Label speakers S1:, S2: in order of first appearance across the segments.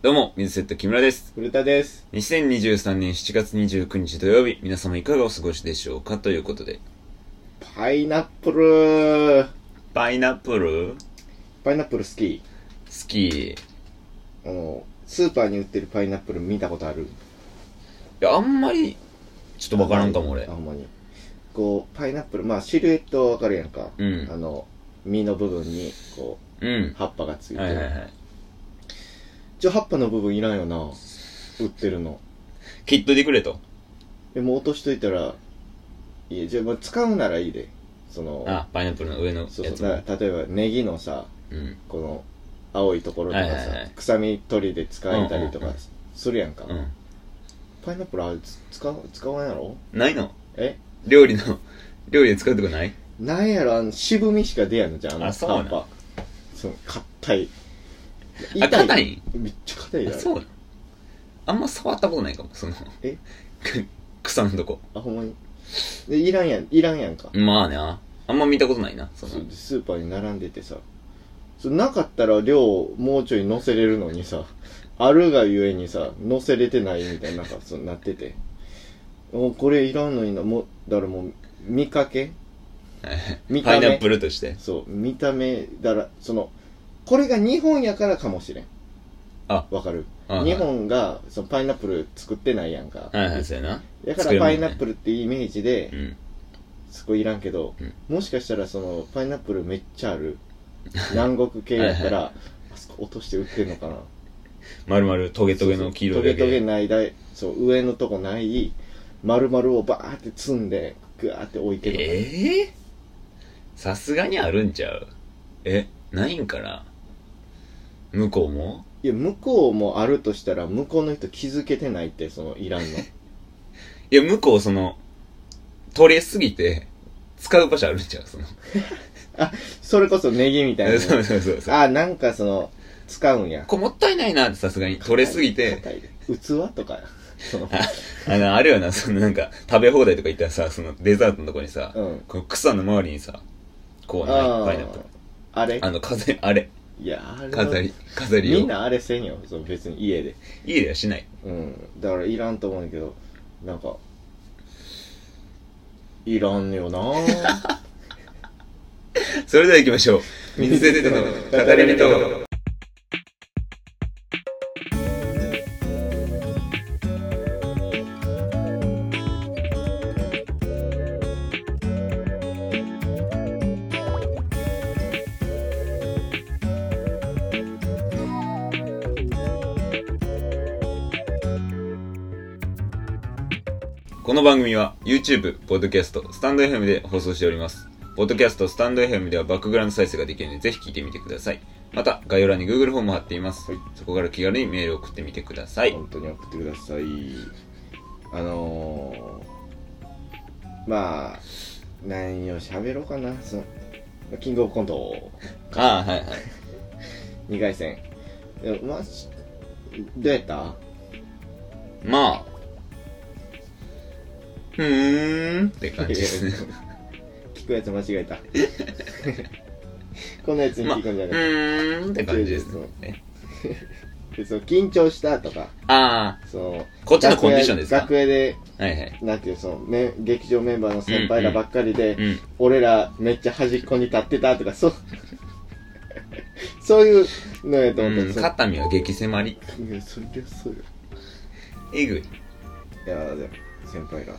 S1: どうも、水セット木村です。
S2: 古田です。
S1: 2023年7月29日土曜日、皆様いかがお過ごしでしょうかということで。
S2: パイナップル
S1: パイナップル
S2: パイナップル好き
S1: 好き。い
S2: あの、スーパーに売ってるパイナップル見たことある
S1: や、あんまり、ちょっとわからんかも
S2: あ
S1: 俺。
S2: ほんまに。こう、パイナップル、まあシルエットわかるやんか。
S1: うん
S2: あの、実の部分に、こ
S1: うん
S2: う、。葉っぱがついて
S1: はいはいは
S2: る。
S1: い。
S2: ちょ、葉っぱの部分いらんよな。売ってるの。
S1: きっとでくれと。
S2: でも落としといたら、いや、じゃあまあ使うならいいで。その、
S1: あ、パイナップルの上のやつ
S2: そ
S1: も。
S2: うそう。だから例えばネギのさ、
S1: うん。
S2: この、青いところとかさ、
S1: はいはいはい
S2: 臭み取りで使えたりと
S1: うんうん
S2: か
S1: うん
S2: するやんか。
S1: うん。
S2: パイナップルあれつ使う使わんやろ
S1: ないの
S2: え
S1: 料理の、 料理で使うとこない
S2: なんやろあの渋みしか出やんのじゃんあの
S1: あそうなん
S2: 葉っぱその硬い
S1: あ、硬
S2: い
S1: い
S2: めっちゃ硬い
S1: あ、
S2: や
S1: そう
S2: ろ
S1: なのあんま触ったことないかも、その。
S2: え
S1: 草のとこ。
S2: あほんまにでいらんやんいらんやんか、
S1: まあね、ああんま見たことないな、そ
S2: そう
S1: の。
S2: でスーパーに並んでてさそうなかったら量もうちょい乗せれるのにさあるがゆえにさ乗せれてないみたいななんかそうなってておこれいらんのになもうだからもう見かけ見た
S1: パイ
S2: 目
S1: ナップルとして。
S2: そう見た目だらそのこれが日本やからかもしれん
S1: あ
S2: わかる
S1: はいはい
S2: 日本がそのパイナップル作ってないやんか、
S1: はいはい、そうやな。
S2: だか
S1: 作る
S2: ら
S1: もん
S2: パ
S1: ね
S2: イナップルってイメージで、
S1: うん。
S2: そこいらんけど、
S1: うん
S2: もしかしたらそのパイナップルめっちゃある南国系やったらあそこ落として売ってんのかな
S1: まるまるトゲトゲの黄色いだけ
S2: トゲトゲないだいそう上のとこない丸々をバーって積んでグワーって置いてるのかな、
S1: ええさすがにあるんちゃうえないんかな向こうも
S2: いや向こうもあるとしたら向こうの人気づけてないってそのいらんの
S1: いや向こうその取れすぎて使う場所あるんちゃうその
S2: それこそネギみたい な
S1: そう
S2: の。
S1: そうそうそう
S2: あ、なんかその、使うんや。
S1: これもったいないなってさすがに取れすぎて
S2: 硬い。器とか。その
S1: あのあるよなそのなんか食べ放題とか行ったらさそのデザートのとこにさ、
S2: うん。
S1: この草の周りにさこうない
S2: あー
S1: パイナップル
S2: あれ
S1: あの飾りあれ
S2: いや、あれは
S1: 飾り飾りを
S2: みんなあれせんよ。その別に家で。
S1: 家ではしない
S2: うん。だからいらんと思うんやけど、なんか、いらん よなぁ。
S1: それでは行きましょう。水で出ての語り人。この番組は YouTube、Podcast、スタンド FM で放送しております。ポッドキャスト、スタンド FM ではバックグラウンド再生ができるので、ぜひ聞いてみてください。また、概要欄に Google フォームを貼っています。
S2: はい
S1: そこから気軽にメールを送ってみてください。
S2: 本当に送ってください。あのー、まあ、何を喋ろうかな。その、キングオブコント。
S1: ああ、はいはい。
S2: 二回戦いやまあしどうやった
S1: まあ、ふーんって感じです ね。
S2: 聞くやつ間違えた こんなやつに
S1: まあ、
S2: 聞
S1: ふ
S2: くんじゃない、
S1: ーんって感じですね。
S2: でその緊張したとか
S1: あ
S2: その
S1: あ、こっちのコンディションですか
S2: 楽屋で
S1: はいはい。
S2: なんていうそのめ劇場メンバーの先輩らばっかりで、
S1: うん。
S2: 俺らめっちゃ端っこに立ってたとかそう そういうのやと思った、
S1: うん、
S2: その
S1: 肩身は激迫り。
S2: いやそりゃそうよ
S1: えぐい。
S2: いやでも先輩が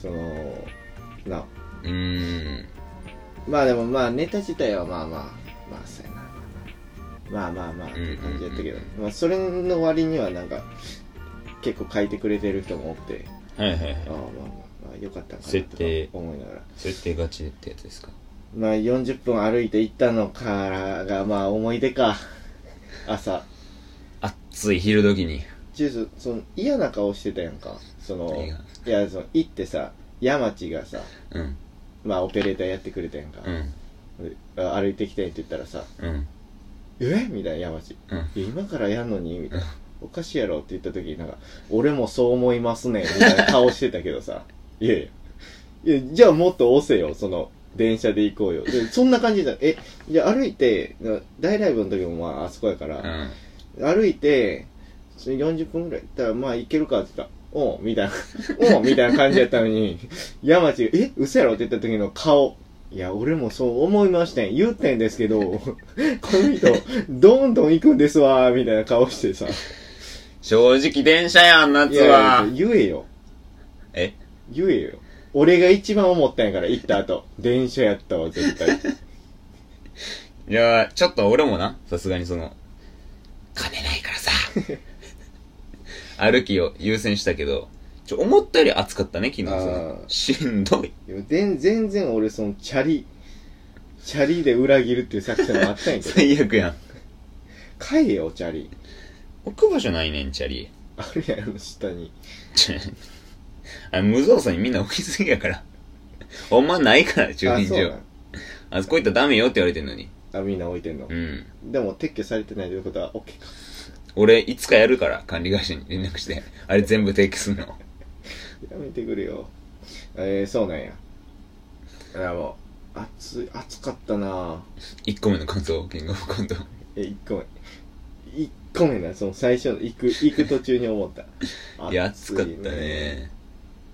S2: そのな
S1: うーん。
S2: まあでもまあネタ自体はまあまあまあそうやなまあまあまあって感じやったけど、
S1: うん
S2: まあそれの割にはなんか結構書いてくれてる人も多くて
S1: はいはいはい
S2: ああ。まあまあまあよかったんかな
S1: 設
S2: とか
S1: 定
S2: 思いながら
S1: 設定勝ちってやつですか
S2: まあ40分歩いて行ったのからがまあ思い出か朝
S1: 暑い昼時に。
S2: ジュースその嫌な顔してたやんかその
S1: 何が
S2: いやその行ってさ山地がさ
S1: うん。
S2: まあオペレーターやってくれたやんか
S1: う、ん。
S2: であ歩いてきてって言ったらさ
S1: うん。
S2: 「えみたいな山地
S1: うん。
S2: いや今からやんのにみたいなおかしいやろって言った時になんか俺もそう思いますねみたいな顔してたけどさ いやいやいやじゃあもっと押せよその電車で行こうよでそんな感じだえじゃあ歩いてな大ライブの時もまああそこやから、
S1: うん。
S2: 歩いて、それ40分ぐらい行ったら、まあ行けるかって言ったら、おう、みたいな、お う、みたいな感じやったのに、山地が、え、嘘やろって言った時の顔。いや、俺もそう思いましたん。言ってんですけど、 この人、どんどん行くんですわ、みたいな顔してさ。
S1: 正直電車やん、夏
S2: いやいや
S1: は。
S2: 言えよ。
S1: え
S2: 言えよ。俺が一番思ったんやから、行った後。電車やったわ、絶対。
S1: いや、ちょっと俺もな、さすがにその、金ない からさ、歩きを優先したけど、ちょ、思ったより暑かったね、昨日
S2: あー
S1: その。しんどい。
S2: でも全全然俺そのチャリチャリで裏切るっていう作戦もあったんやけど
S1: 最悪やん。
S2: 買えよチャリ
S1: 置く場所ないねん、チャリ。
S2: あるやろ下に
S1: ちょあれ無造作にみんな置きすぎやから。ほんまないから、駐輪
S2: あそう
S1: 場。あそこ行ったらダメよって言われてんのに。
S2: なんあみんな置いてんの
S1: うん。
S2: でも撤去されてないということは OK か
S1: 俺、いつかやるから、管理会社に連絡して。あれ全部提起すんの。
S2: やめてくれよえー、そうなんやいやもう暑い暑かったな
S1: 1個目の感想、キングオブコント。
S2: え1個目1個目なその最初の行く行く途中に思った
S1: いや、暑かったね。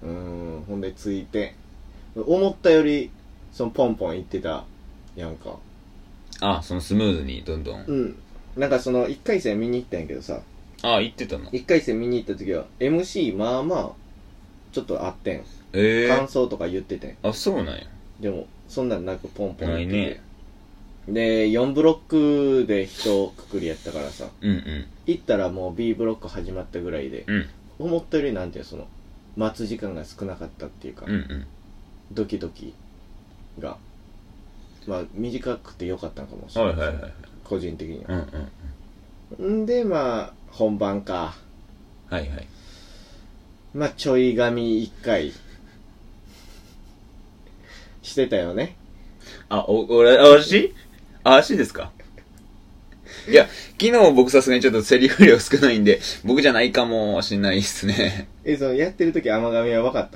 S2: うーんほんでついて思ったよりそのポンポン行ってたやんか
S1: あ、そのスムーズにどんどん。
S2: うんなんかその1回戦見に行ったんやけどさ
S1: あ、行ってたの。
S2: 1回戦見に行った時は MC まあまあちょっとあってん
S1: ええ
S2: 感想とか言っててん
S1: あ、そうなんや。
S2: でもそんなんなくポンポン行っ
S1: な
S2: てて
S1: いね
S2: で4ブロックで人くくりやったからさ
S1: うんうん。
S2: 行ったらもう B ブロック始まったぐらいで
S1: うん。
S2: 思ったよりなんていうのその待つ時間が少なかったっていうか、
S1: うんうん。
S2: ドキドキがまあ短くてよかったのかもしれ
S1: は
S2: ない
S1: いはいはい。
S2: 個人的に
S1: う
S2: は
S1: んうん。
S2: んでまあ本番か
S1: はいはい。
S2: まあちょい髪一回してたよね
S1: あ、お、俺、あ、足あ、足ですかいや、昨日僕さすがにちょっとセリフ量少ないんで、僕じゃないかもしんないっすね。
S2: えそのやってる時甘髪は分かっ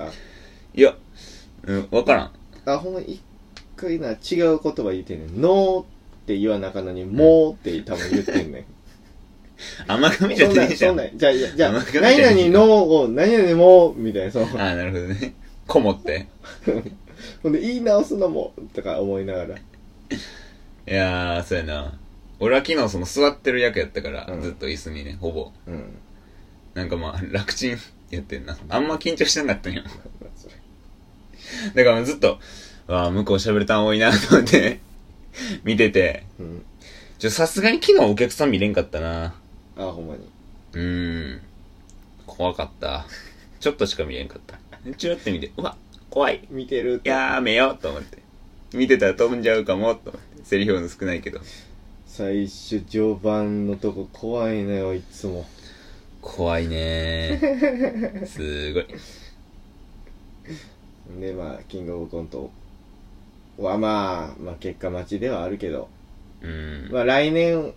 S1: いや、うん、わからん。
S2: たあほんま一回な違う言葉言ってんねん「の」って言わなあかんのに「も」って多分言ってん ねん
S1: 甘髪じゃ
S2: そんな
S1: ね
S2: ん
S1: えじゃ
S2: そん
S1: ん。
S2: な
S1: あ
S2: んじゃあじゃあ
S1: 甘噛みじゃねえじゃん
S2: 何々のを何々もみたいなその
S1: あー、なるほどね。こもって。
S2: ほんで言い直すのもとか思いながら
S1: いやー、そうやな。俺は昨日その座ってる役やったから、
S2: うん
S1: ずっと椅子にね、ほぼ。
S2: うん
S1: なんかまあ、楽ちん やってんな。あんま緊張してなかったんよ。
S2: まあそれ
S1: だからずっと、わあ、向こう喋るターン多いなと思って、見てて。
S2: うん
S1: ちょ、さすがに昨日お客さん見れんかったな。
S2: あほんまに
S1: うーん。怖かった。ちょっとしか見れんかった。ちらって見て、うわ、怖い。
S2: 見てるって
S1: やめようと思って。見てたら飛んじゃうかも、と思って。セリフの少ないけど。
S2: 最初序盤のとこ怖いのよいつも
S1: 怖い ねー。すごい。
S2: でまあキングオブコントはまあ、まあ、結果待ちではあるけど、
S1: うーん。
S2: まあ、来年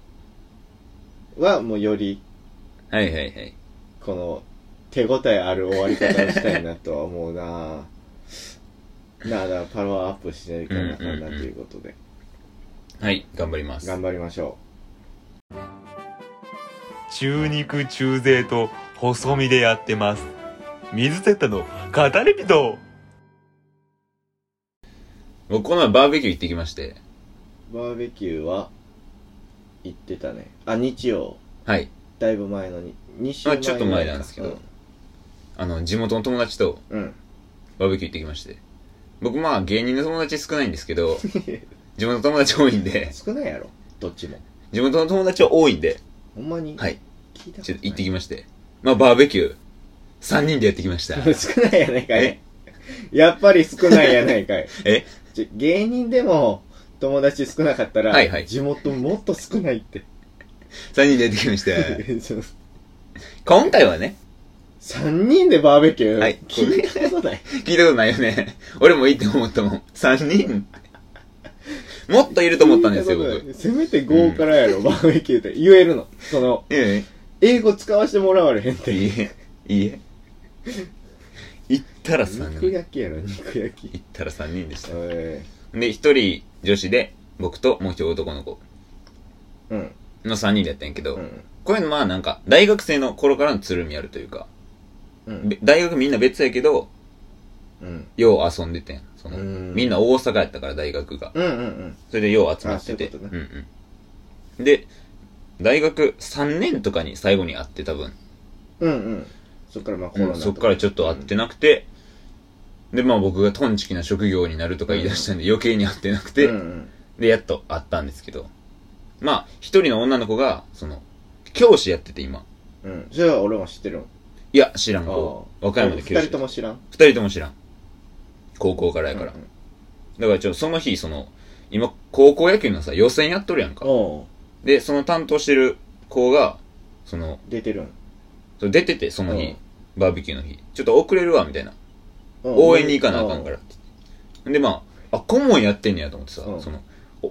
S2: はもうより
S1: はいはいはい。
S2: この手応えある終わり方をしたいなとは思うななあだからパワーアップしないかなあかんなということで
S1: はい、頑張ります。
S2: 頑張りましょ
S3: 中肉中背と細身でやってます水セッタの語り人
S1: 僕この前バーベキュー行ってきまして。
S2: うバーベキューは行ってたねあ日曜
S1: はい。
S2: だいぶ前のに2週前
S1: あちょっと前なんですけどあの、地元の友達と
S2: うん、うん
S1: バーベキュー行ってきまして。僕まあ芸人の友達少ないんですけ ど、地元の友達多いんで、
S2: 少ないやろどっちも
S1: 地元の友達は多いんで、
S2: ほんまに
S1: はい。
S2: 聞いたことない
S1: ちょっと行ってきまして。まあバーベキュー、3人でやってきました。
S2: 少ないやないかい
S1: え
S2: やっぱり少ないやないかい
S1: え
S2: ちょ芸人でも友達少なかったら、
S1: はいはい
S2: 地元もっと少ないって
S1: ?3 人でやってき ました。
S2: ちょ
S1: 今回はね、
S2: 3人でバーベキュー、
S1: はい
S2: 聞いたことない
S1: 聞いたことないよね。俺もいいって思ったもん。3人。もっといると思ったんですよ、
S2: 聞いたこと
S1: 僕。
S2: ないせめて5からやろ、バーベキューって言えるのその
S1: いやい
S2: 英語使わせてもらわれへんっ
S1: や
S2: て
S1: いいえ、いいえ。行ったら3
S2: 肉
S1: 人。
S2: 焼きやろ肉焼き
S1: 行ったら3人でした。
S2: おい
S1: で、一人女子で、僕ともう一人男の子。
S2: うん
S1: の3人でやったんやけど、
S2: うん
S1: こういうのまあなんか、大学生の頃からのつるみあるというか、
S2: うん
S1: べ大学みんな別やけど、
S2: うん
S1: よう遊んでてん。その、
S2: うん
S1: みんな大阪やったから大学が。
S2: うんうん
S1: それでよう集まって
S2: あ
S1: て。
S2: そうういうんこと
S1: うん。で、大学3年とかに最後に会って多分、
S2: うんうんうんそっからまあコロナ
S1: うんそっからちょっと会ってなくて、で、まあ僕がトンチキな職業になるとか言い出したんで余計に会ってなくて、
S2: うんうん
S1: で、やっと会ったんですけど。まあ、一人の女の子が、その、教師やってて今。
S2: うんそれは俺も知ってるもん
S1: いや、知らん
S2: あ
S1: 子。
S2: あ
S1: 和歌山で教
S2: 二
S1: 師
S2: 人。とも知らん
S1: 二人とも知らん。高校からやから。
S2: うんうん
S1: だからちょ、その日、その、今、高校野球のさ、予選やっとるやんか。
S2: おう
S1: で、その担当してる子が、その、
S2: 出てるん
S1: それ出てて、その
S2: う
S1: 日
S2: ん、
S1: バーベキューの日。ちょっと遅れるわ、みたいな。応援に行かなあかんからって言って。で、まあ、あ、顧問やってんねやと思ってさ、
S2: うん
S1: その、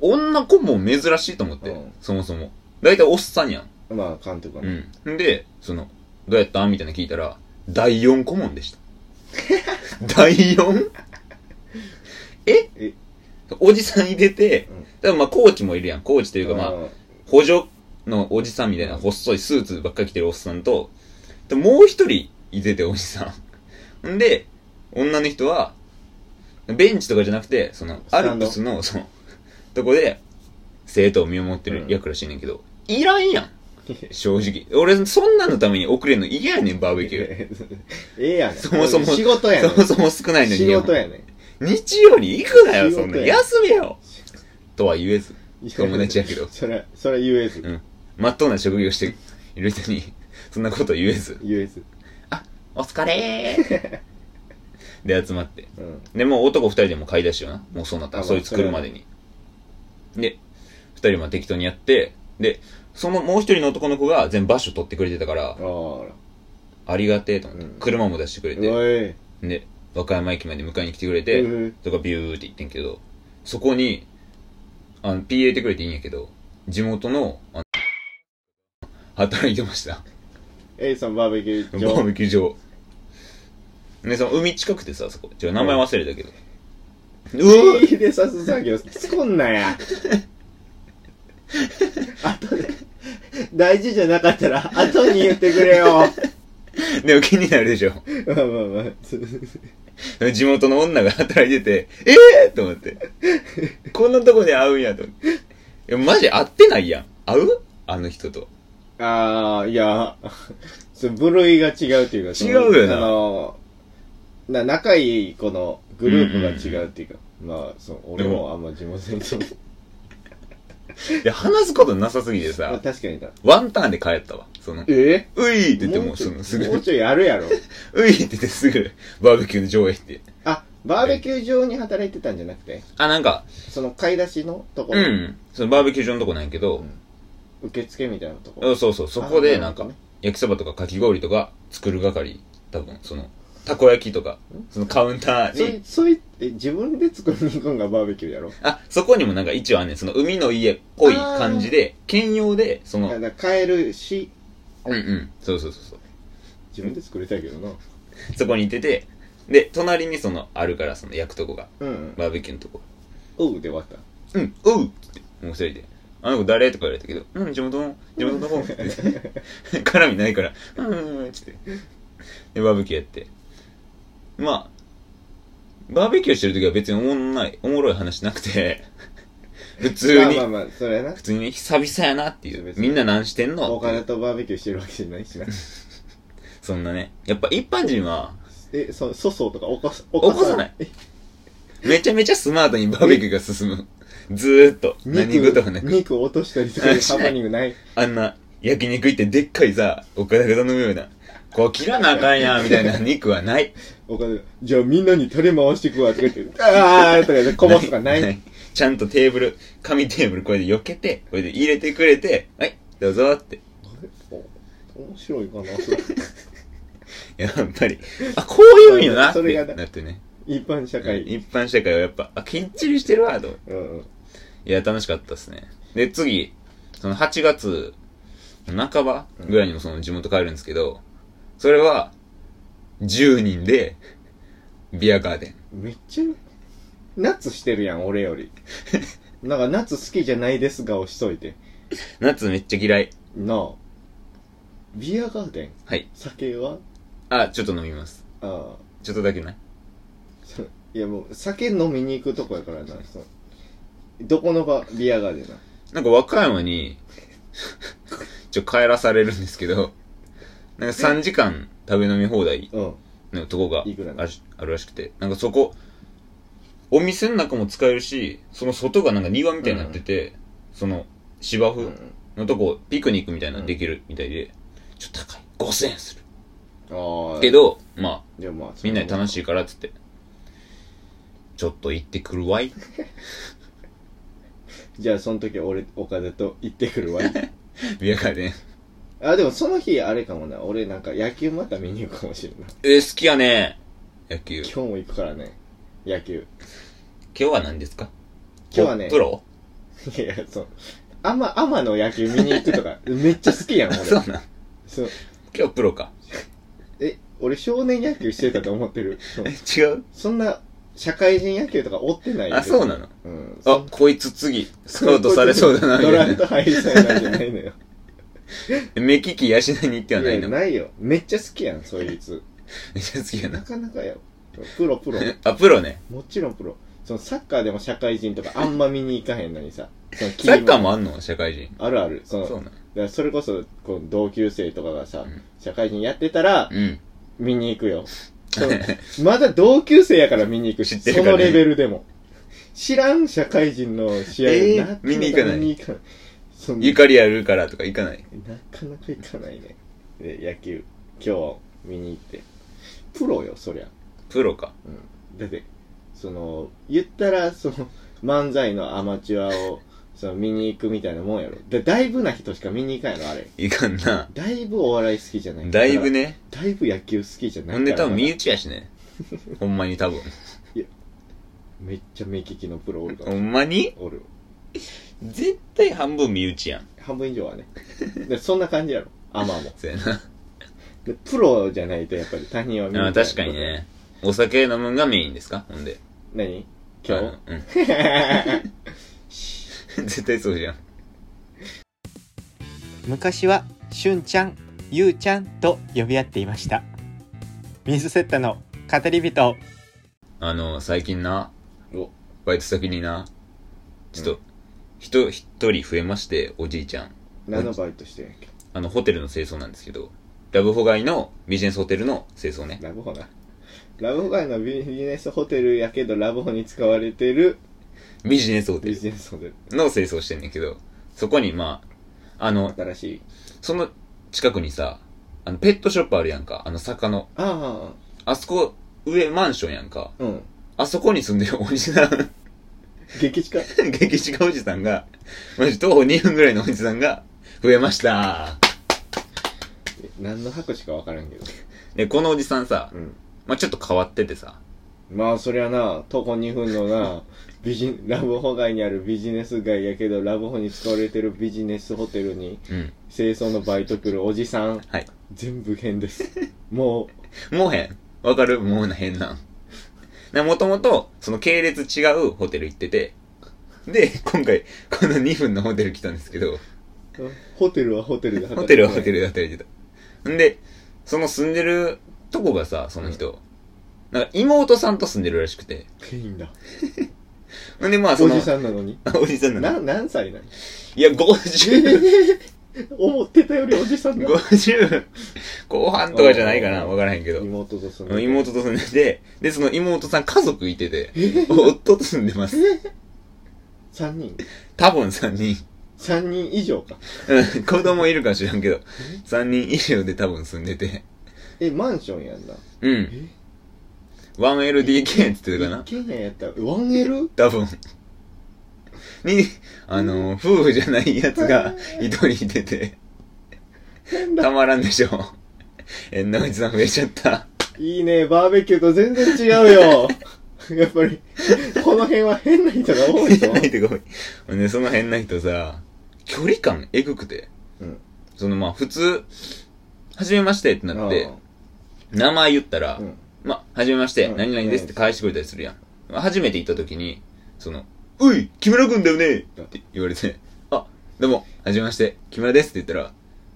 S1: 女顧問珍しいと思って、
S2: うん
S1: そもそも。大体おっさんやん。
S2: らまあ監督はね
S1: うん。んで、その、どうやったみたいなの聞いたら、第4顧問でした。 第 4? え
S2: え
S1: おじさんいてて
S2: うん、
S1: 多分まあ、コーチもいるやん。コーチというかまあ、
S2: あ
S1: 補助のおじさんみたいな細いスーツばっかり着てるおっさんと、でもう一人いてて、おじさん。 んで、女の人は、ベンチとかじゃなくて、その、
S2: スタ
S1: ア
S2: ンド
S1: ルプスの、その、とこで、生徒を見守ってる役らしいねんけど、いらんやん。正直。俺、そんなのために遅れるの嫌やねん、バーベキュー。
S2: ええやねん
S1: そもそも
S2: 仕事やねん
S1: そもそも少ないのに。
S2: 仕事やねん
S1: 日曜に行くなよ、
S2: 仕事
S1: そんな。
S2: や
S1: 休めよ。とは言えず、友達やけど、
S2: それそれ US
S1: うんまっとうな職業している人に、そんなこと言えず、
S2: US
S1: お疲れー で、集まって。
S2: うん
S1: で、もう男二人でも買い出しよな。もうそうなったら、
S2: あまあ
S1: そいつ来るまでに。で、二人も適当にやって、で、そのもう一人の男の子が全場所取ってくれてたから
S2: あ、あ
S1: ありがてえと思って
S2: うん、
S1: 車も出してくれて、
S2: おい
S1: で、和歌山駅まで迎えに来てくれて、
S2: うん
S1: とかビューって言ってんけど、そこに、あの、PA ってくれていいんやけど、地元の、あの、働いてました。
S2: A さんバーベキ ュ
S1: バ
S2: ー場
S1: ーベキュー場。ね、その海近くてさ、そこ。違う、名前忘れたけど。うわ
S2: 火で刺す作業そんなんや後で大事じゃなかったら後に言ってく れよ
S1: でも気になるでしょ。
S2: まあまあまあ
S1: 地元の女が働いてて、ええー、と思って。 こんなとこで会うんやと思って。いや、マジ会ってないやん。会うあの人と。
S2: ああ、いや、そう部類が違うっていうか、その
S1: 違うよな
S2: あの、な仲いいこのグループが違うっていうか、まあ、そう俺
S1: でも
S2: もあんま地元に住んで、
S1: で、話すことなさすぎて
S2: まあ
S1: さ、
S2: 確かにだ。
S1: ワンターンで帰ったわ。その、うい
S2: え
S1: って言っても
S2: も
S1: う、
S2: うち
S1: そ
S2: ょい
S1: の、す
S2: もう
S1: ぐ、
S2: ちょいやる やろ。
S1: ういって言ってすぐ、バーベキューの上へ行って。
S2: あ、バーベキュー場に働いてたんじゃなくて、
S1: あ、なんか、
S2: その買い出しのとこ
S1: う
S2: ろ、
S1: ん、そのバーベキュー場のとこなんやけど、
S2: 受付みたいなところ。
S1: うんそうそう、そこで
S2: あ
S1: なん
S2: な
S1: か
S2: るほどね、
S1: 焼きそばとかかき氷とか作る係、多分、その、たこ焼きとか、そのカウンタ
S2: そ
S1: ー
S2: い
S1: に、
S2: そいえ自分で作りに行くんがバーベキューやろ。
S1: あ、そこにもなんか一応あんねん、その海の家っぽい感じで、兼用で、その、
S2: だから買えるし、
S1: うんうん、そうそうそうそう、
S2: 自分で作りたいけどな。
S1: そこにいてて、で、隣にその、あるから、その焼くとこが、
S2: うん。
S1: バーベキューのとこ。
S2: おうで終わった。
S1: うん、おうって、もう一人で。あの子誰とか言われたけど、うん、地元の、地元の子って。 絡みないから、うんうん、うん、つって。で、バーベキューやって。まあ、バーベキューしてる時は別におもんない、おもろい話なくて、 普通に、
S2: まあまあまあ、それな
S1: 普。通に久々やなってい
S2: 別
S1: う。
S2: 々
S1: みんな何してんの
S2: お
S1: ってい
S2: 金
S1: う
S2: とバーベキューしてるわけじゃないしな。
S1: そんなね。やっぱ一般人は、
S2: え、そ、粗相とか起こす、起
S1: 起こさない。めちゃめちゃスマートにバーベキューが進む。ずーっと。何
S2: 肉
S1: 事もな、く。
S2: 肉落としたりとかいうハプニングない。
S1: あんな、焼肉行ってでっかいさ、岡田が頼むような、こう切らなあかんやん、みたいな肉はない。
S2: お金、じゃあみんなにタレ回していくわ、とか言 って、あーとか言って、こぼすとかない。。
S1: ちゃんとテーブル、紙テーブルこれで避けて、これで入れてくれて、はい、どうぞって。
S2: お面白いかな、
S1: やっぱり、あ、こういうんよなって
S2: それがな
S1: なってね。
S2: 一般社会。
S1: 一般社会はやっぱ、あ、きっちりしてるわ、と。
S2: うん。
S1: いや、楽しかったですね。で、次、その8月半ばぐらいにもその地元帰るんですけど、それは、10人で、ビアガーデン。
S2: めっちゃ、夏してるやん、俺より。なんか夏好きじゃないですがをしといて。
S1: 夏めっちゃ嫌い。
S2: なあビアガーデン
S1: はい。
S2: 酒は
S1: あ、ちょっと飲みます。
S2: ああ
S1: ちょっとだけない。
S2: そいやもう酒飲みに行くとこやからなそのどこの場ビアガーデンな
S1: なんか和歌山に、 ちょ、帰らされるんですけど、なんか3時間食べ飲み放題
S2: うん
S1: のとこが
S2: いくらな
S1: あるあるらしくて、なんかそこ、お店の中も使えるし、その外がなんか庭みたいになってて、その芝
S2: う
S1: 生
S2: ん
S1: のとこ、ピクニックみたいなのできるみたいで、ちょっと高い。5000円する。
S2: ああ
S1: けど、まあ、
S2: でもまあ
S1: みんなで楽し
S2: い
S1: いからっつって、ちょっと行ってくるわ い。
S2: じゃあその時俺岡田と行って くるわ
S1: ビアガーデン。
S2: あでもその日あれかもな俺なんか野球また見に行くかもしれんない
S1: えー、好きやね野球。今
S2: 今日も行くからね野球
S1: 日は何ですか
S2: 今日はね
S1: プロ
S2: いやいやそうあまあまの野球見に行くとかめっちゃ好きやん俺
S1: そうなん。
S2: そう
S1: 今日プロか。
S2: え俺少年野球してたと思ってるそう
S1: え、違う
S2: そんな社会人野球とか追ってないよ
S1: あ、そうなの
S2: うんそ
S1: あ
S2: ん、
S1: こいつ次、スカウトされそうだな、み
S2: ド
S1: た
S2: ラ
S1: い
S2: フト
S1: な。
S2: 入りそうやなじゃないのよ
S1: 目利き養いに行ってはない
S2: いや
S1: の。めっ
S2: ないよめっちゃ好きやんそいつ
S1: ちゃ好きや
S2: な
S1: な。
S2: かなかやプロプロ
S1: あ、プロね。
S2: もちろんプロそのサッカーでも社会人とかあんま見に行かへんの にさサ
S1: サッカーもあんの社会人。
S2: あるあるその
S1: そう
S2: だ
S1: なの。
S2: からそれこそこう同級生とかがさ、
S1: うん
S2: 社会人やってたら
S1: うん。
S2: 見に行くよ そのまだ同級生やから見に行くし
S1: 知ってるからね
S2: そのレベルでも知らん社会人の試合
S1: えー
S2: なかなか
S1: 見に行かない
S2: 見に行かないその
S1: ゆかりあるからとか行かない。
S2: なかなか行かないねで野球今日見に行ってプロよそりゃ
S1: プロか。
S2: うん、だってその言ったらその漫才のアマチュアをその見に行くみたいなもんやろだだいぶな人しか見に行かんやろあれ
S1: いかんな。
S2: だいぶお笑い好きじゃない
S1: だいぶね。
S2: だいぶ野球好きじゃない
S1: ほんで多分身
S2: め
S1: 内やしね。ほんまに多分。
S2: っちゃ目利きのプロおるか
S1: ほ
S2: ら
S1: んまに
S2: おる
S1: 絶対半分身内やん。
S2: 半分以上はねでそんな感じやろアマも
S1: そうや な。
S2: でプロじゃないとやっぱり他人は見に行
S1: あ
S2: ない
S1: 確かにね。お酒飲むんがメインですかほんで。
S2: 何
S1: あ
S2: 今
S1: のうん。絶対そうじゃん。
S4: 昔はしゅんちゃん、ゆうちゃんと呼び合っていました。水セッタの語り人。
S1: あの、最近な、
S2: 日お
S1: バイト先にな、ちょっと、人、一人増えまして、おじいちゃん。
S2: 何のバイトしてんやっけ
S1: あの、ホテルの清掃なんですけど、ラブホ街のビジネスホテルの清掃ね。
S2: ラブホなラブホ街のビジネスホテルやけどラブホに使われてる
S1: ビジネスホテ
S2: ビ
S1: ル
S2: ジネスホテル
S1: の清掃してんねんけど、そこにまあ、あの、
S2: 新しい
S1: その近くにさ、あの、ペットショップあるやんか、あの坂の。
S2: あ
S1: あそこ、上マンションやんか。
S2: あうん
S1: あそこに住んでるおじさん、
S2: 激近
S1: 激しかおじさんが、 マジ徒歩2分ぐらいのおじさんが増えました。
S2: 何の拍手か分からんけど
S1: で、このおじさんさ、
S2: うん
S1: まあ、ちょっと変わっててさ、
S2: まあそりゃな徒歩2分のな ビジラブホ街にあるビジネス街やけどラブホに使われてるビジネスホテルに
S1: うん。
S2: 清掃のバイト来るおじさん
S1: はい
S2: 全部変ですも
S1: もうへん。わかるもう変なん。な、もともと、その系列違うホテル行ってて、で、今回、この2分のホテル来たんですけど、
S2: うホテルはホテルで働
S1: ホ
S2: いて
S1: テル
S2: ない
S1: はホテルで働いてた。んで、その住んでるとこがさ、その人、なんか妹さんと住んでるらしくて。
S2: 変いんだ
S1: んで、まあ、そ
S2: お
S1: の、
S2: じさんなの に
S1: ん。おじさんなの。
S2: な何歳なの
S1: いや、50、
S2: 思ってたよりおじさんだ
S1: 50、後半とかじゃないかな。わからへんけど。
S2: 妹とその
S1: 妹と住んでて、で、その妹さん家族いてて、夫と住んでます。
S2: 3人
S1: 多分3人。
S2: 3人以上か
S1: うん子供いるか知らんけど、3人以上で多分住んでて。
S2: えマンションやんな
S1: うん。
S2: え
S1: 1LDK って言ってたか
S2: 一
S1: な
S2: 軒家やったら 1L?
S1: 多分。に、あの、夫婦じゃないやつが一人いてて、
S2: 変だ
S1: たまらんでしょ。えんなおじさん増えちゃった。
S2: いいねバーベキューと全然違う よやっぱりこの辺は変な人が多い
S1: 変
S2: と
S1: な人が多い。ほんで、その変な人さ、距離感えぐくて。
S2: うん
S1: そのまあ普通、はじめましてってなって、名前言ったら、
S2: あーうん
S1: ま、はじめまして、
S2: うん
S1: 何々ですって返してくれたりするやん。初めて行った時に、その、おい木村くんだよねって言われて、あ、どうも、はじめまして、木村ですって言ったら、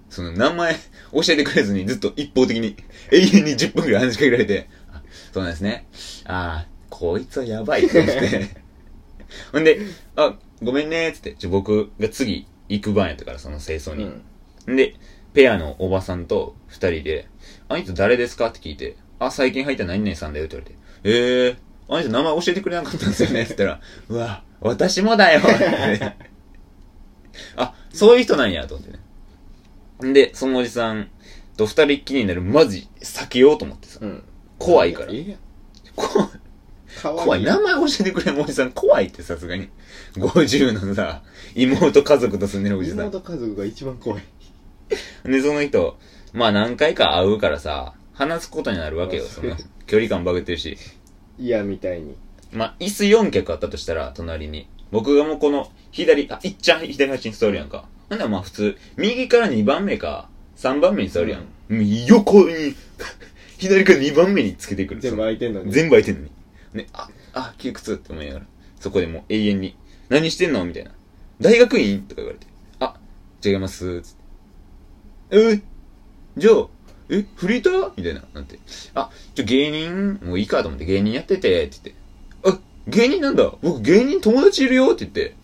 S1: その名前教えてくれずにずっと一方的に永遠に10分くらい話しかけられて、あそうなんですね。ああ、こいつはやばいって思って。 ほんで、あ、ごめんねーっつって、ちょ、僕が次行く番やったから、その清掃
S2: う
S1: に。
S2: ん。
S1: で、ペアのおばさんと二人で、あの人誰ですかって聞いて、あ、最近入った何々さんだよって言われて、ええー、あの人名前教えてくれなかったんですよねって言ったら、うわ、私もだよってあ、そういう人なんやと思ってね。んで、そのおじさんと二人っきりになる、マジ避けようと思ってさ、
S2: うん。
S1: 怖いから。
S2: え
S1: 怖い
S2: かわ
S1: 怖い。名前教えてくれんおじさん怖いってさすがに。50のさ、妹家族と住んでるおじさん。
S2: 妹家族が一番怖い。
S1: で、その人、まあ何回か会うからさ、話すことになるわけよ、
S2: あ
S1: そ
S2: そう
S1: の、距離感バグってるし。
S2: 嫌みたいに。
S1: まあ、椅子4脚あったとしたら、隣に。僕がもうこの、左、あ、いっちゃん左端に座るやんか。なんだまあ普通、右から2番目か、3番目に座るやん。もう横に、 左から2番目につけてくる。
S2: 全部空いてんのに。
S1: 全部空いてんのに。ね、あ、あ、窮屈って思いながら。そこでもう永遠に、何してんのみたいな。大学院とか言われて。あ、違います。つってえじゃあ、え、フリーターみたいな。なんて。あ、ちょ、芸人、もういいかと思って芸人やってて、って言って。あ、芸人なんだ。僕芸人友達いるよって言って。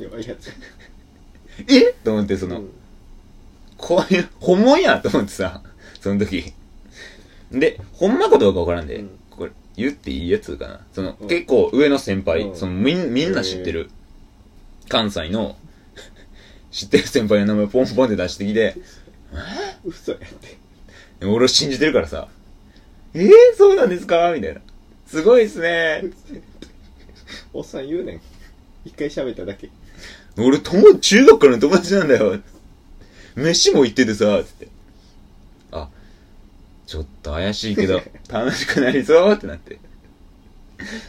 S2: やばいやつ。
S1: えと思って、その、
S2: うん
S1: こういう、本物やと思ってさ、その時。で、ほんまかどうかわからんで、
S2: うん
S1: これ、言っていいやつかな。その、
S2: うん
S1: 結構上の先輩、
S2: うん
S1: そのみん、みんな知ってる、関西の、 知ってる先輩の名前ポンポンって出してきて、
S2: 嘘やって。
S1: でも俺を信じてるからさ、えー、そうなんですかみたいな。すごいっすね
S2: おっさん言うねん。一回喋っただけ。
S1: 俺友、中学からの友達なんだよ。飯も行っててさ、つって。あ、ちょっと怪しい けど、楽しくなりそうってなって。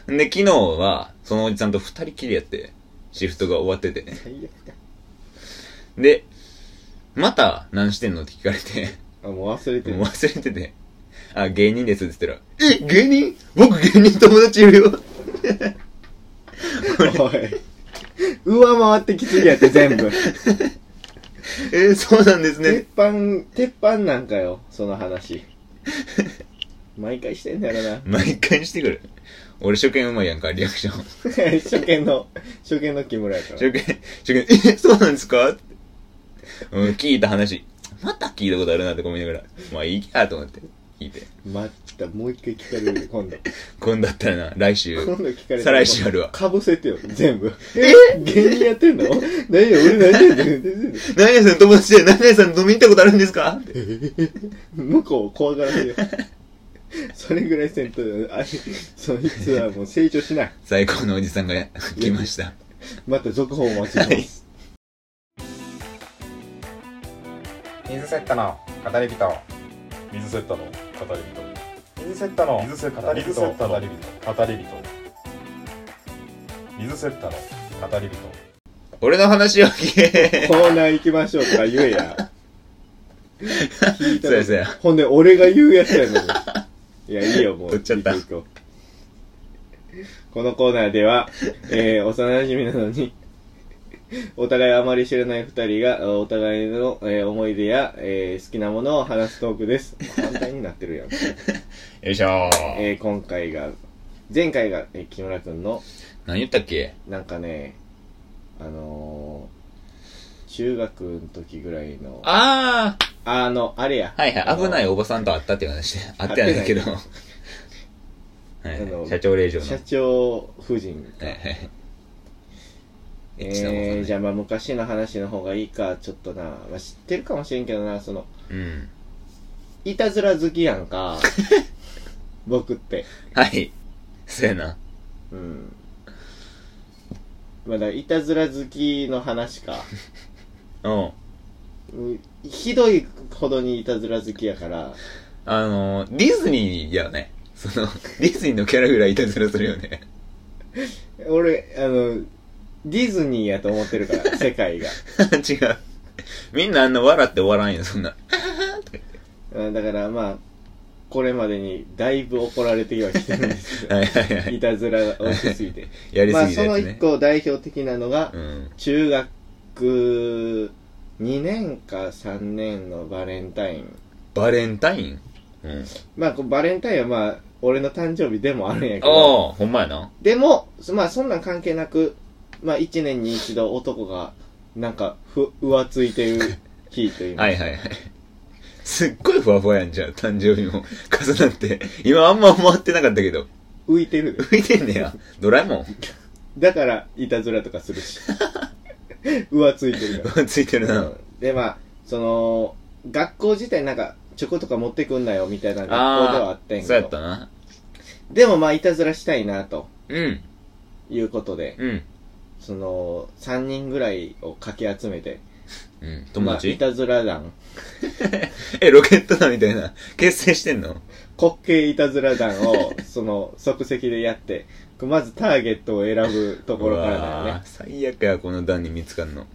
S1: で、昨日は、そのおじさんと二人きりやって、シフトが終わっててね。
S2: 最悪だ。
S1: で、また何してんのって聞かれ て、
S2: あ、もう忘れてる
S1: もう。忘れてて、あ、芸人ですって言ったら、え、芸人僕芸人友達いるよ
S2: おい。 上回ってきすぎやって、全部。
S1: えーそうなんです
S2: 鉄
S1: ね。
S2: 板、鉄板なんかよ、その話。毎回してんだよ
S1: 毎回してくる。俺初見うまいやんか、リアクション。
S2: な。初見の、初見の木村やから。
S1: 初見、初見、 え、そうなんですかってうん、聞いた話。また聞いたことあるなって思いながら。まあいいやと思って、聞いて。
S2: また、もう一回聞かれるよ、今度。
S1: 今度だったらな、来週。
S2: 今度聞かれる。
S1: 再来週あるわ
S2: かぶせてよ、全部。え芸人やってんの何や、俺何やってんの
S1: 何々さんの友達で何々さん飲みに行ったことあるんですかって
S2: 向こうを怖がらせよ。それぐらいせんと、あそいつはもう成長しない。
S1: 最高のおじさんが 来ました。
S2: また続報お待ちしてます。
S4: 水セットの語り人
S3: 水セッタの語り人
S4: 水セットの
S3: 水セッタの語り人語り人語り人水セッタの語り人
S1: 俺の話を聞け。
S2: コーナー行きましょうとか言えや。聞いた
S1: そうやそうや
S2: のほんで、俺が言うやつやのに。いや、いいよ、もう。
S1: 取っちゃった
S2: 聞いていこうこのコーナーでは、えー、幼馴染なのに、お互いあまり知らない二人が、お互いの、えー思い出や、えー好きなものを話すトークです。反対になって るやん。
S1: よいしょー。
S2: えー今回が、前回が、えー木村くんの、
S1: 何言ったっけ
S2: なんかね、あのー中学の時ぐらいの、
S1: あー
S2: あの、あれや。
S1: はいはい、危ない
S2: あ
S1: おばさんと会ったっていう話で。会ってはないけど。は
S2: 会っ
S1: い
S2: あ
S1: は
S2: の
S1: い、社長令嬢
S2: の。
S1: の。
S2: 社長夫人か。
S1: はいはい。エッチなおばさん
S2: えー、
S1: ね
S2: じゃあまあ昔の話の方がいいか、ちょっとな。まあ知ってるかもしれんけどな、その、
S1: うん。
S2: いたずら好きや んか。僕って。
S1: はい。そうやな。
S2: うん。まあだからいたずら好きの話か。
S1: うん。
S2: うんひどいほどにいたずら好きやから、
S1: あの、ディズニーやね。その、ディズニーのキャラぐらいいたずらするよね。
S2: 俺、あの、ディズニーやと思って るから、世界が。
S1: 違う。みんなあんな笑って終わらんよ、そんな。
S2: うんだからまあ、これまでにだいぶ怒られてはきてるんですよ。
S1: はいはいはい。
S2: いたずらが大きすぎて。
S1: やり
S2: ますあ
S1: ぎ
S2: そ
S1: たや
S2: の
S1: つ
S2: 一
S1: ね。
S2: 個代表的なのが、
S1: うん。
S2: 中学僕2年か3年のバレンタイン
S1: バレンタインうん。
S2: まあこうバレンタインはまあ俺の誕生日でもあるんや
S1: あ
S2: けど
S1: あ、ほんまやな。
S2: でもそまあそんなん関係なくまあ1年に一度男がなんかふ浮ついてる日という の
S1: はいはいはい。すっごいふわふわやんじゃん、誕生日も重なって。今あんま思ってなかったけど。
S2: 浮いてるで
S1: 浮いてんねや。ドラえもん。
S2: だからいたずらとかするし浮ついてるか ら
S1: ついてるな。
S2: でまあその学校自体なんかチョコとか持ってくんなよみたいな学校ではあったんや
S1: そうや
S2: け
S1: っ
S2: ど
S1: たな。
S2: でもまあいたずらしたいなと
S1: うん。
S2: いうことで
S1: うん。
S2: その3人ぐらいをかき集めて
S1: うん。友
S2: まあ、い
S1: 達、
S2: たずら団
S1: え、ロケットだみたいな。結成してんの
S2: 滑稽いたずら団 をその即席でやってまずターゲットを選ぶところからだよ
S1: うわ
S2: ね
S1: ー最悪や、この段に見つかんの。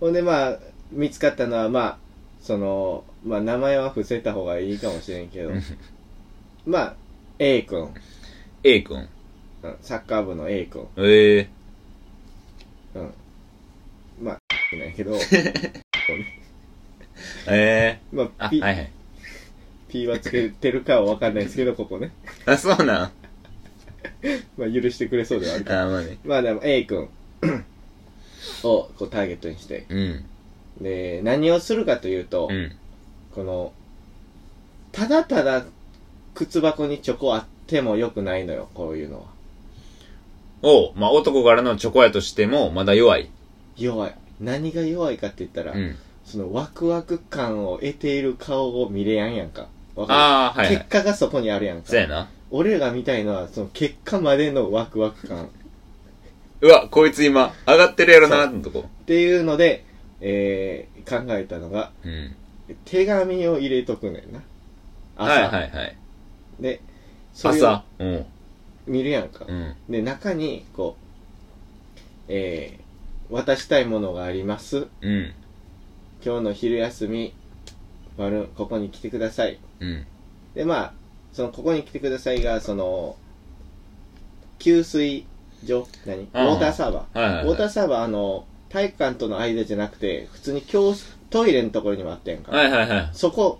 S2: ほんでまあ見つかったのはまあそのまあ名前は伏せた方がいいかもしれんけど
S1: うん
S2: まあ A 君
S1: A 君。
S2: うんサッカー部の A 君
S1: ええ
S2: うん。まあ、なんやけど、
S1: ええ
S2: まあ、
S1: あ、
S2: P、
S1: はいはい。
S2: P はつけてるかはわかんないですけど、ここね。
S1: あ、そうなん。あ
S2: まあ、許してくれそうではあるけど。
S1: ー、まあね。
S2: まあ、でも A 君をこうターゲットにして。
S1: うん。
S2: で、何をするかというと、
S1: うん。
S2: この、ただただ靴箱にチョコあっても良くないのよ、こういうのは。
S1: おう、まあ男からのチョコやとしても、まだ弱い。
S2: 弱い。何が弱いかって言ったら、
S1: うん。
S2: そのワクワク感を得ている顔を見れやんやんか。わか
S1: ああ、は
S2: る、
S1: いはい
S2: 結。果がそこにあるやんか。
S1: そうやな。
S2: 俺らが見たいのはその結果までのワクワク感っ
S1: うわ、こいつ今、上がってるやろな、ってとこ。
S2: ていうので、えー、考えたのが
S1: うん。
S2: 手紙を入れとくねんな朝、
S1: はいはいはい。
S2: でそれを
S1: 朝。うん。
S2: 見るやんか、
S1: うん。
S2: で中にこう、えー、渡したいものがあります
S1: うん。
S2: 今日の昼休み丸ここに来てください
S1: うん。
S2: でまあそのここに来てくださいがその給水所何ウ
S1: あー
S2: ォーターサーバー
S1: はいはい
S2: ウォータ
S1: は
S2: ーサーバーあの体育館との間じゃなくて普通に教室トイレのところにもあってんか、
S1: い。はいはいはい。
S2: そこ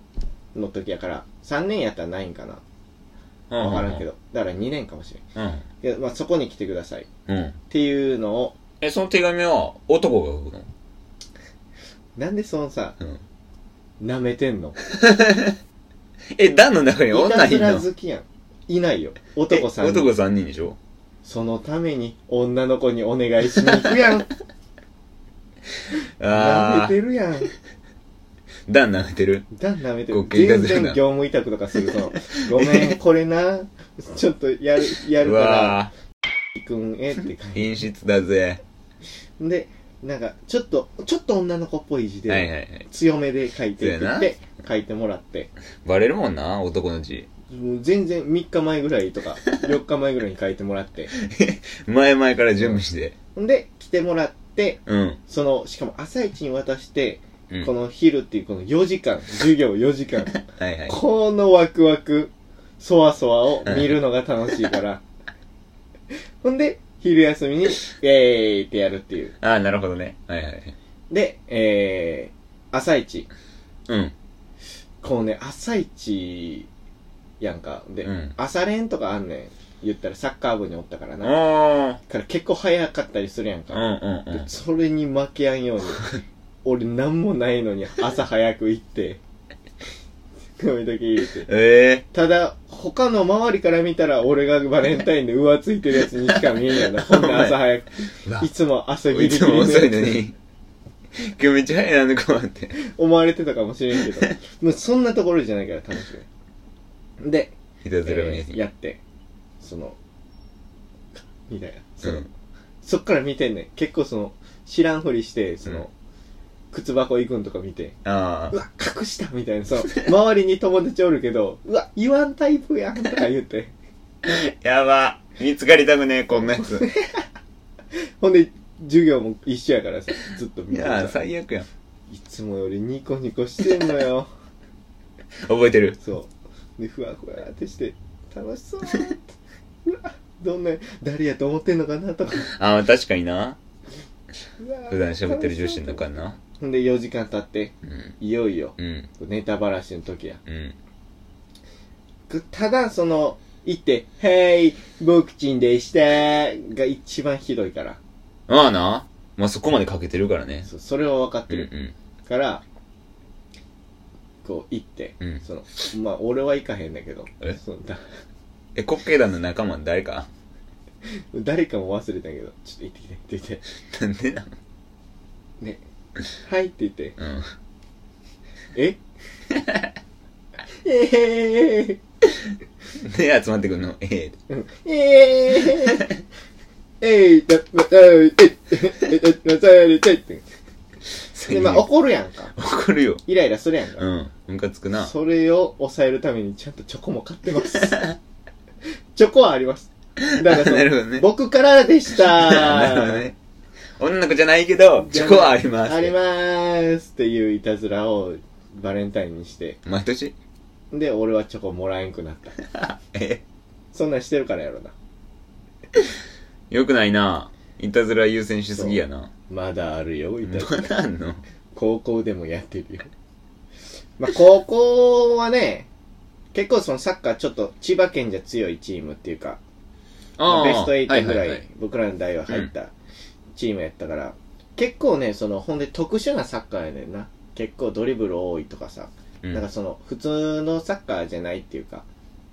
S2: の時やから3年やったらないんかな
S1: うん
S2: 分からんけ。どだから2年かもしれん
S1: うん。
S2: けど、まあ、そこに来てくださいっ
S1: うん。
S2: ていうのを
S1: え、その手紙は、男が書くの
S2: なんでそのさ
S1: うん。
S2: 舐めてんの
S1: え、段の中に
S2: い
S1: 女
S2: た
S1: い
S2: ず
S1: ん
S2: ら
S1: の
S2: 好きやんいないよ
S1: え
S2: 男3
S1: 男
S2: 人
S1: 3人でしょ
S2: そのために女の子にお願いしに行くやん舐め
S1: ああ
S2: て、るやん
S1: 段舐めてる
S2: だ舐めて
S1: ご
S2: る
S1: っけんいた
S2: 全
S1: ずらな
S2: 然業務委託とかするとご めんこれなちょっとやるや
S1: う
S2: るから
S1: わ
S2: 行くんえって
S1: ー
S2: 感
S1: 品質だぜ。
S2: じ。で、なんか、ちょっと、ちょっと女の子っぽい字で、
S1: はいはいはい。
S2: 強めで書いてって
S1: そう
S2: 言
S1: や
S2: っ
S1: な
S2: て、書いてもらって、
S1: バレるもんな、男の字。
S2: もう全然3日前ぐら いとか、4日前ぐらいに書いてもらって。
S1: 前々から準備して。
S2: んで、来てもらって、
S1: うん。
S2: その、しかも朝一に渡して、
S1: うん
S2: この昼っていうこの4 時間、授業4時間、
S1: はいはい。
S2: このワクワク、そわそわを見るのが楽しいから。ほんで、昼休みに、イエーイってやるっていう。
S1: ああ、なるほどね。はいはいはい。
S2: で、えー、朝一。
S1: うん。
S2: こうね、朝一やんか。で、
S1: うん
S2: 朝練とかあんねん。言ったらサッカー部におったからな。
S1: あ
S2: から結構早かったりするやん
S1: あ。
S2: か。
S1: うんうんうん
S2: で。それに負けやん ように。俺なんもないのに朝早く行って、髪だけ入れて。
S1: え
S2: ただ、他の周りから見たら俺がバレン タインで浮ついてるやつにしか見えんやな。ほんで朝早く。
S1: え
S2: いつも朝ギ
S1: い
S2: リギ
S1: つ
S2: リ
S1: も遅いの
S2: やつ
S1: に。 今日めっちゃ早いな、こうって。
S2: 思われてたかもしれんけど。もうそんなところじゃないから楽しい。で、
S1: いたずらの
S2: え
S1: やつ
S2: ー
S1: に。
S2: やってそのみたいな
S1: う
S2: その、
S1: ん。
S2: そっから見てんねん結構その知らんふりしてその、
S1: うん
S2: 靴箱行くんとか見て
S1: あ
S2: うわ隠したみたいなその周りに友達おるけど うわ言わんタイプやんとか 言って
S1: あ。やば。見つかりたくねえ、こんなや つ。
S2: ほんで授業も一緒やからさずっと見
S1: い
S2: て
S1: や
S2: さ
S1: ー、最悪やん。
S2: いつもよりニコニコしてんの よ
S1: 覚えてる。
S2: そうでふわふわってして楽しそうって うわどんな誰やと思ってんのかなとか
S1: ああ、確かにな。普段喋ってる女子の中な
S2: ほんで4時間経って
S1: うん
S2: いよいよ
S1: うん
S2: ネタばらしの時や
S1: うん
S2: くただその行って「ヘイ僕ちんでした」が一番ひどいから
S1: まあなまあそこまでかけてるからね
S2: そそれは分かっ
S1: う
S2: て
S1: んう
S2: る
S1: ん
S2: からこう行って
S1: うん
S2: そのまあ俺は行かへんだけど
S1: え
S2: そのだ
S1: え国慶団の仲間誰か
S2: 誰かも忘れたけどちょっと行ってきて行ってきて
S1: なんでなん
S2: ねはいって言って
S1: うん
S2: え えー
S1: で集まってくるのええ
S2: えええいだまたええまたやりたいってでまあ怒るやんか
S1: 怒るよ
S2: イライラするやん
S1: う
S2: か、
S1: んムカつくな
S2: それを抑えるためにちゃんとチョコも買ってますチョコはありますだからその
S1: なるほどね
S2: 僕からでした
S1: なるほどね女の子じゃないけどチョコはあります
S2: ありますっていういたずらをバレンタインにして
S1: 毎年
S2: で俺はチョコもらえんくなった
S1: え
S2: そんなんしてるからやろな
S1: よくないないたずら優先しすぎやな
S2: まだあるよいたずら
S1: まだあんの
S2: 高校でもやってるよ。 まあ、高校はね、結構そのサッカーちょっと千葉県じゃ強いチームっていうか、
S1: ああ
S2: ベスト8ぐ
S1: は
S2: ら
S1: いはいはい
S2: 僕らの代は入ったチームやったから、結構ね、そのほんで特殊なサッカーやねんな。結構ドリブル多いとかさ、
S1: うん
S2: なんかその普通のサッカーじゃないっていうか、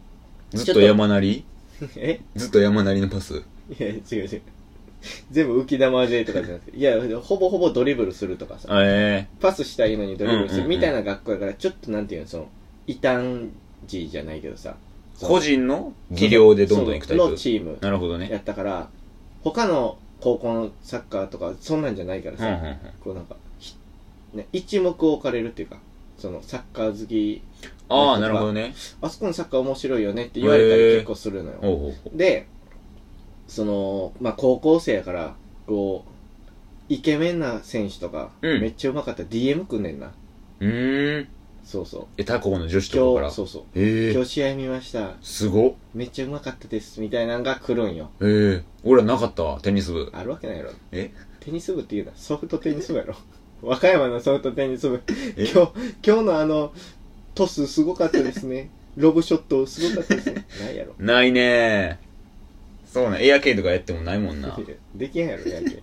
S1: ずっと山なり
S2: え
S1: ずっと山なりのパス
S2: いや、違う違う。全部浮き玉でとかじゃなくて、いや、ほぼほぼドリブルするとかさ、
S1: あえ
S2: パスしたいのにドリブル
S1: う
S2: す
S1: んうんう
S2: る
S1: ん
S2: みたいな学校やから、ちょっとなんていうの、その、異端児じゃないけどさ。
S1: え個人の技量でどんどんいくタイ
S2: そうの
S1: プ
S2: チーム
S1: なるほどね
S2: やったから、他の高校のサッカーとか、そんなんじゃないから
S1: うん
S2: さ、
S1: うんうん
S2: こうなんか、ひね、一目置かれるっていうか、その、サッカー好き、
S1: ああなるほどね
S2: あそこのサッカー面白いよねって言われたり結構するのよ。
S1: ほうほうほ
S2: で、その、まあ、高校生やから、こう、イケメンな選手とか、
S1: うん
S2: めっちゃうまかったら DM くんねんな。
S1: ううーん
S2: そうそう。
S1: え他校の女子とかか
S2: 今
S1: ら
S2: 日、そうそう。
S1: ええ
S2: 今日試合見ました。
S1: すごっ
S2: めっちゃうまかったです。みたいなのが来るんよ。
S1: ええ俺らなかったわテニス部
S2: あるわけないやろ。
S1: え
S2: テニス部って言うな。ソフトテニス部やろ。 和歌山のソフトテニス部。
S1: え
S2: 今日、今日のあの、トスすごかったですね。 ロブショットすごかったですね。ないやろ。
S1: ないねーそうなんエアケイとかやってもないもんな
S2: できへんやろ、やんけ。できるよ。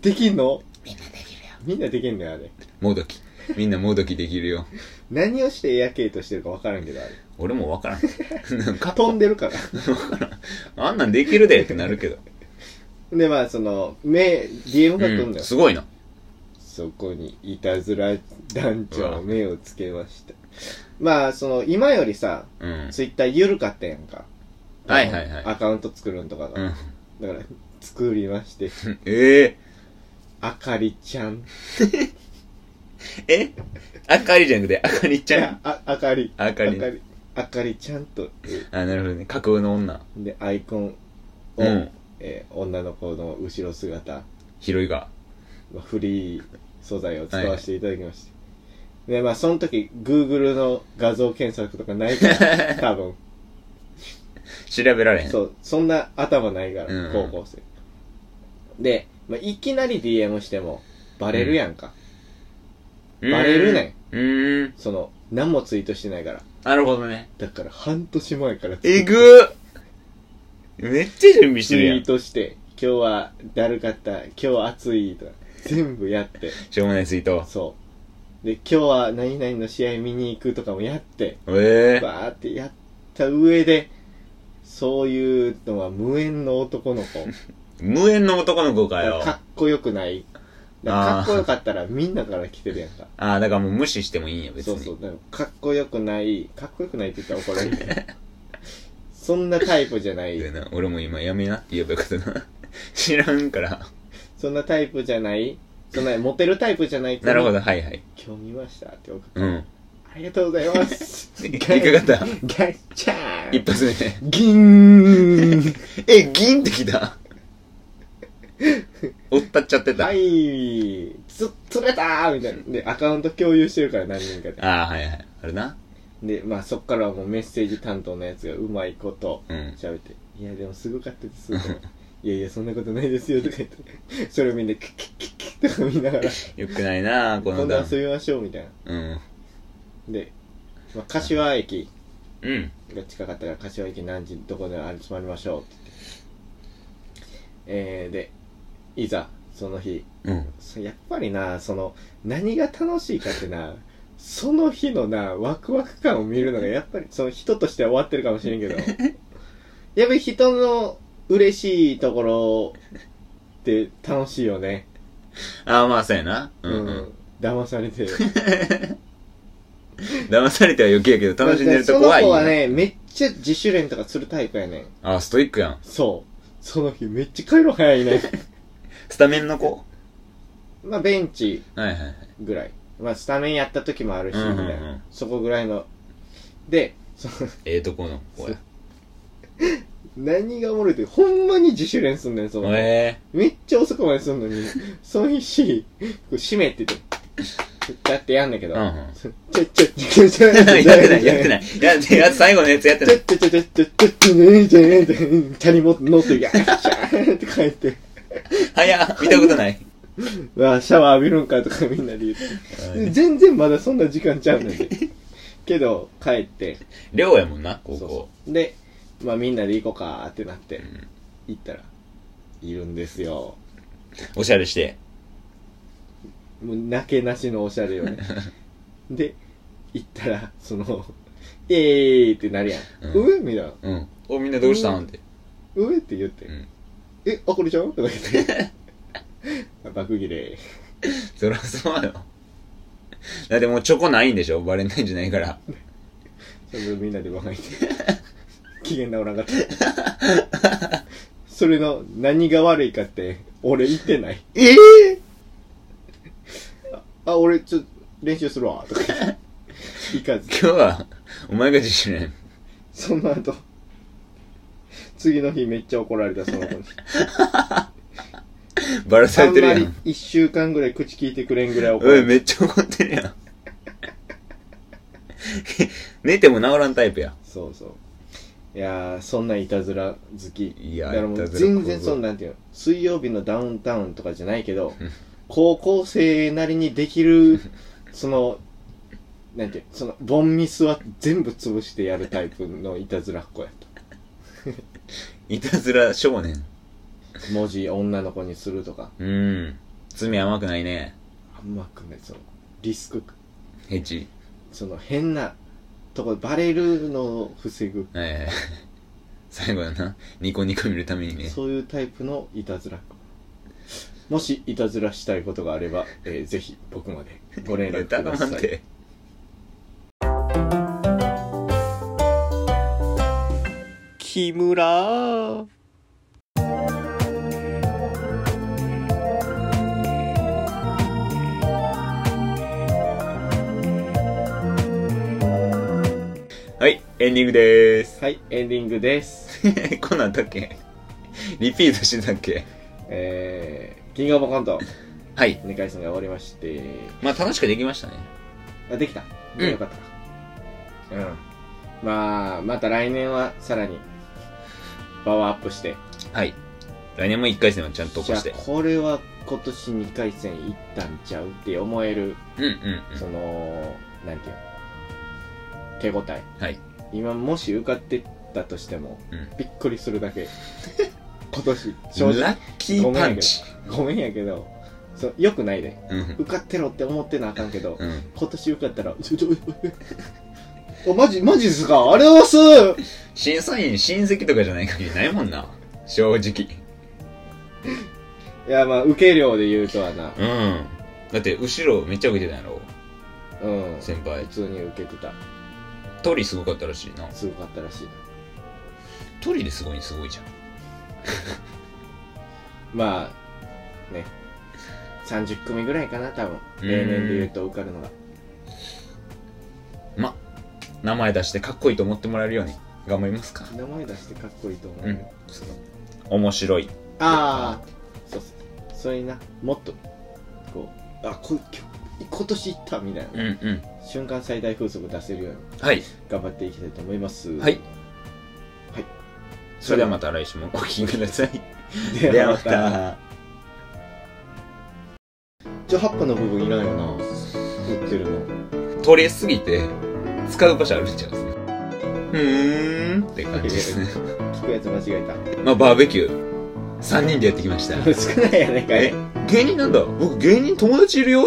S2: できんのみんなできるよ。みんなできんのよ、あれ。
S1: もどきみんなもどきできるよ
S2: 何をしてエアケイとしてるか分からんけど、あれ。
S1: 俺もわからんなんか
S2: 飛んでるから。
S1: あんなんできるでってなるけ ど、
S2: で、まあ、その、目、DM が来るん
S1: う
S2: だ
S1: ん、
S2: よ。
S1: すごいな
S2: そこにいたずら団長
S1: う
S2: 目をつけました。まあ、その、今よりさ、
S1: うん
S2: ツイッター緩かったやんか。
S1: はいはいはい
S2: アカウント作るんとか
S1: う
S2: が。
S1: ん
S2: だから、作り まして、
S1: ええ
S2: あかりちゃん。
S1: えあかりじゃなくてあかりちゃん
S2: あ、あかり。
S1: あかり
S2: あかり。あかりちゃんと、え
S1: あなるほどね架空の女
S2: で、アイコンを、
S1: うん
S2: えー女の子の後ろ姿、
S1: 広いが
S2: まあフリー素材を使わせていただきまして。で、まあ、その時、Google の画像検索とかないか ら、多分。
S1: 調べられへん
S2: そう、そんな頭ないから、
S1: うん
S2: 高校生。で、まあ、いきなり DM しても、バレるやんか。
S1: うん
S2: バレるね
S1: うーん
S2: その、何もツイートしてないから。
S1: なるほどね
S2: だから、半年前からツイ
S1: えぐーめっちゃ準備してるや
S2: ー
S1: ん
S2: トして、今日はだるかった、今日は暑いとか、全部やって、
S1: しょうもないツイート
S2: そう。で、今日は何々の試合見に行くとかもやって、
S1: ええ
S2: バーってやった上で、そういうのは無縁の男の子。
S1: 無縁の男の子かよ
S2: かっこよくない。だからかっこよかったらみんなから来てるやんか。
S1: ああだからもう無視してもいいんや別に
S2: そうそう、だからかっこよくない、かっこよくないって言ったら怒られるけ ど。そんなタイプじゃない、
S1: でな俺も今やめなって言えばよかったな 知らんから
S2: そんなタイプじゃない、そんなモテるタイプじゃない子に
S1: なるほどはいはい
S2: 今日見ましたって送って、
S1: うん
S2: ありがとうございます。
S1: いかがだ
S2: ガッチャーン
S1: 一 発目
S2: ギン
S1: え、銀ってきた。 おったっちゃってた。
S2: はい、つ、釣れたーみたいな。で、アカウント共有してるから何人かで。
S1: ああ、はいはい。あるな。
S2: で、まあそっからはもうメッセージ担当のやつがうまいこと
S1: うん。
S2: 喋って、いやでもすごかったですとか。 いやいや、そんなことないですよ、とか言って。 それをみんな、キッキッキッキッとか見ながら、
S1: よくないなあこの
S2: 今度
S1: 段
S2: 遊びましょう、みたいな。
S1: うん
S2: で、まあ、柏駅
S1: うん
S2: が近かったから、柏駅何時、どこで集まりましょう、って言って。えー、で、いざ、その日、
S1: うん
S2: そやっぱりなその何が楽しいかってなその日のなワクワク感を見るのがやっぱりその人としては終わってるかもしれ んけどやっぱり人の嬉しいところって楽しいよね
S1: ああまあそうやなうんうん
S2: 騙されてる
S1: 騙されては余計やけど楽しんでると怖い
S2: そ
S1: よ
S2: の子はねめっちゃ自主練とかするタイプやねん
S1: ああストイックやん
S2: そうその日めっちゃ帰る早いね
S1: スタメンの子
S2: まあベンチ
S1: はいはいはい
S2: ぐらいまあスタメンやった時もあるしみ
S1: う
S2: た
S1: んう
S2: い
S1: んう
S2: な、
S1: ん
S2: そこぐらいのでその
S1: ええとこの子や
S2: 何がおもろいって、ほんまに自主練すんねん、その。
S1: え
S2: めっちゃ遅くまですんのに、その日し、こう閉めって言って、だってやんだけ
S1: え
S2: ど、
S1: うん うん
S2: ちょ、ちょ、ちょ、ちょ、ちょ、
S1: やってないやって
S2: い。
S1: ないやってや最後のやつやって
S2: ち
S1: な
S2: ょ、
S1: い
S2: ちょ、ちょ、ちょ、ちょ、ちょ、ちょ、ねじゃねえって、チャリも乗って、ガッシャーって帰って、
S1: 早っ見たことない
S2: わあ、シャワー浴びるんかとかみんなで言って。全然まだそんな時間ちゃうねんで。けど、帰って、
S1: 寮やもんな高
S2: そう
S1: 校
S2: そうで、まあみんなで行こうかーってなって
S1: ん、
S2: 行ったら、いるんですよ。
S1: おしゃれして
S2: もうなけなしのおしゃれ よねで行ったらその 「イエーイ!」ってなるやん「
S1: う
S2: うえ、みたいな
S1: うんおみんなどうしたんって
S2: 「うえ!」って言って「
S1: うん
S2: えあこれちゃう?」とか言って 爆切れ
S1: そらそうよだってもうチョコないんでしょバレンタインじゃないから
S2: それをみんなでバカいて機嫌直らんかったそれの何が悪いかって俺言ってない
S1: ええ
S2: ああ俺ちょっと練習するわ とか言って行かず
S1: 今日はお前が自主練
S2: その後、次の日めっちゃ怒られた、その子に。
S1: バラさ
S2: あ
S1: れ
S2: ん
S1: てる
S2: ま
S1: や
S2: り
S1: ん
S2: 一週間ぐらい口聞いてくれんぐらい怒ら
S1: おい
S2: れた。
S1: めっちゃ怒ってるやん 寝ても治らんタイプや
S2: そうそう。いやー、そんないたずら好き。
S1: いや
S2: だからも
S1: いうたずら小僧
S2: 全然そんなんていうの。水曜日のダウンタウンとかじゃないけど、高校生なりにできる、その、なんていうその、ボンミスは全部潰してやるタイプのいたずらっ子やと。
S1: いたずら少年
S2: 文字女の子にするとか、
S1: うん罪甘くないね
S2: 甘くない、その、リスク
S1: ヘチ
S2: その変なとこバレるのを防ぐ、
S1: ええ 最後だなニコニコ見るためにね
S2: そういうタイプのいたずらもしいたずらしたいことがあれば、えーぜひ僕までご連絡くださ
S1: ん
S2: い
S1: て
S4: 木村
S1: はいエンディングでーす
S2: はいエンディングです、
S1: こんなんあったっけリピートしてたっけ
S2: えー、キングオブコント
S1: はい
S2: 2回戦が終わりまして
S1: まあ楽しくできましたね
S2: あできた、
S1: うん
S2: よかったかうんまあまた来年はさらにパワーアップして
S1: はい来年も1回戦はちゃんと起こして
S2: いやこれは今年2回戦いったんちゃうって思える
S1: うんうんうん
S2: その、なんていうの手応え。
S1: はい
S2: 今もし受かってたとしても、
S1: うん
S2: びっくりするだ け。今年、正直。
S1: ラッキーパンチ
S2: ごめんやけど、そうよくないで。
S1: うん
S2: 受かってろって思ってなあかんけど、
S1: うん
S2: 今年受かったら、ちょちょ、 お、マジ、マジですかありがとうございます
S1: 審査員親戚とかじゃない限りないもんな正直
S2: いや、まあ、受け量で言うとはな、
S1: うんだって後ろめっちゃ受けてたやろ
S2: うん。
S1: 先輩
S2: 普通に受けてた。
S1: 鳥すごかったらしいな
S2: すごかったらしい。
S1: 鳥ですごいすごいじゃん
S2: まあ、ね、30組ぐらいかな、多分。例年で言うと受かるのが。
S1: ま名前出してかっこいいと思ってもらえるように頑張りますか
S2: 名前出してかっこいいと思う、
S1: うんその面白い
S2: ああそうそうそれになもっとこうあこ今日今年行ったみたいな、
S1: うんうん
S2: 瞬間最大風速出せるように
S1: はい
S2: 頑張っていきたいと思います
S1: はいそれではまた来週もお聞きください。
S2: で
S1: ではまた。
S2: じゃあ葉っぱの部分いらんよな売ってるの
S1: 取れすぎて、使う場所あるんちゃうんですね。うーんって感じですね。
S2: 聞くやつ間違え た
S1: まあ、バーベキュー、3人でやってきました。
S2: 少ないやないかい
S1: え、芸人なんだ僕芸人友達いるよ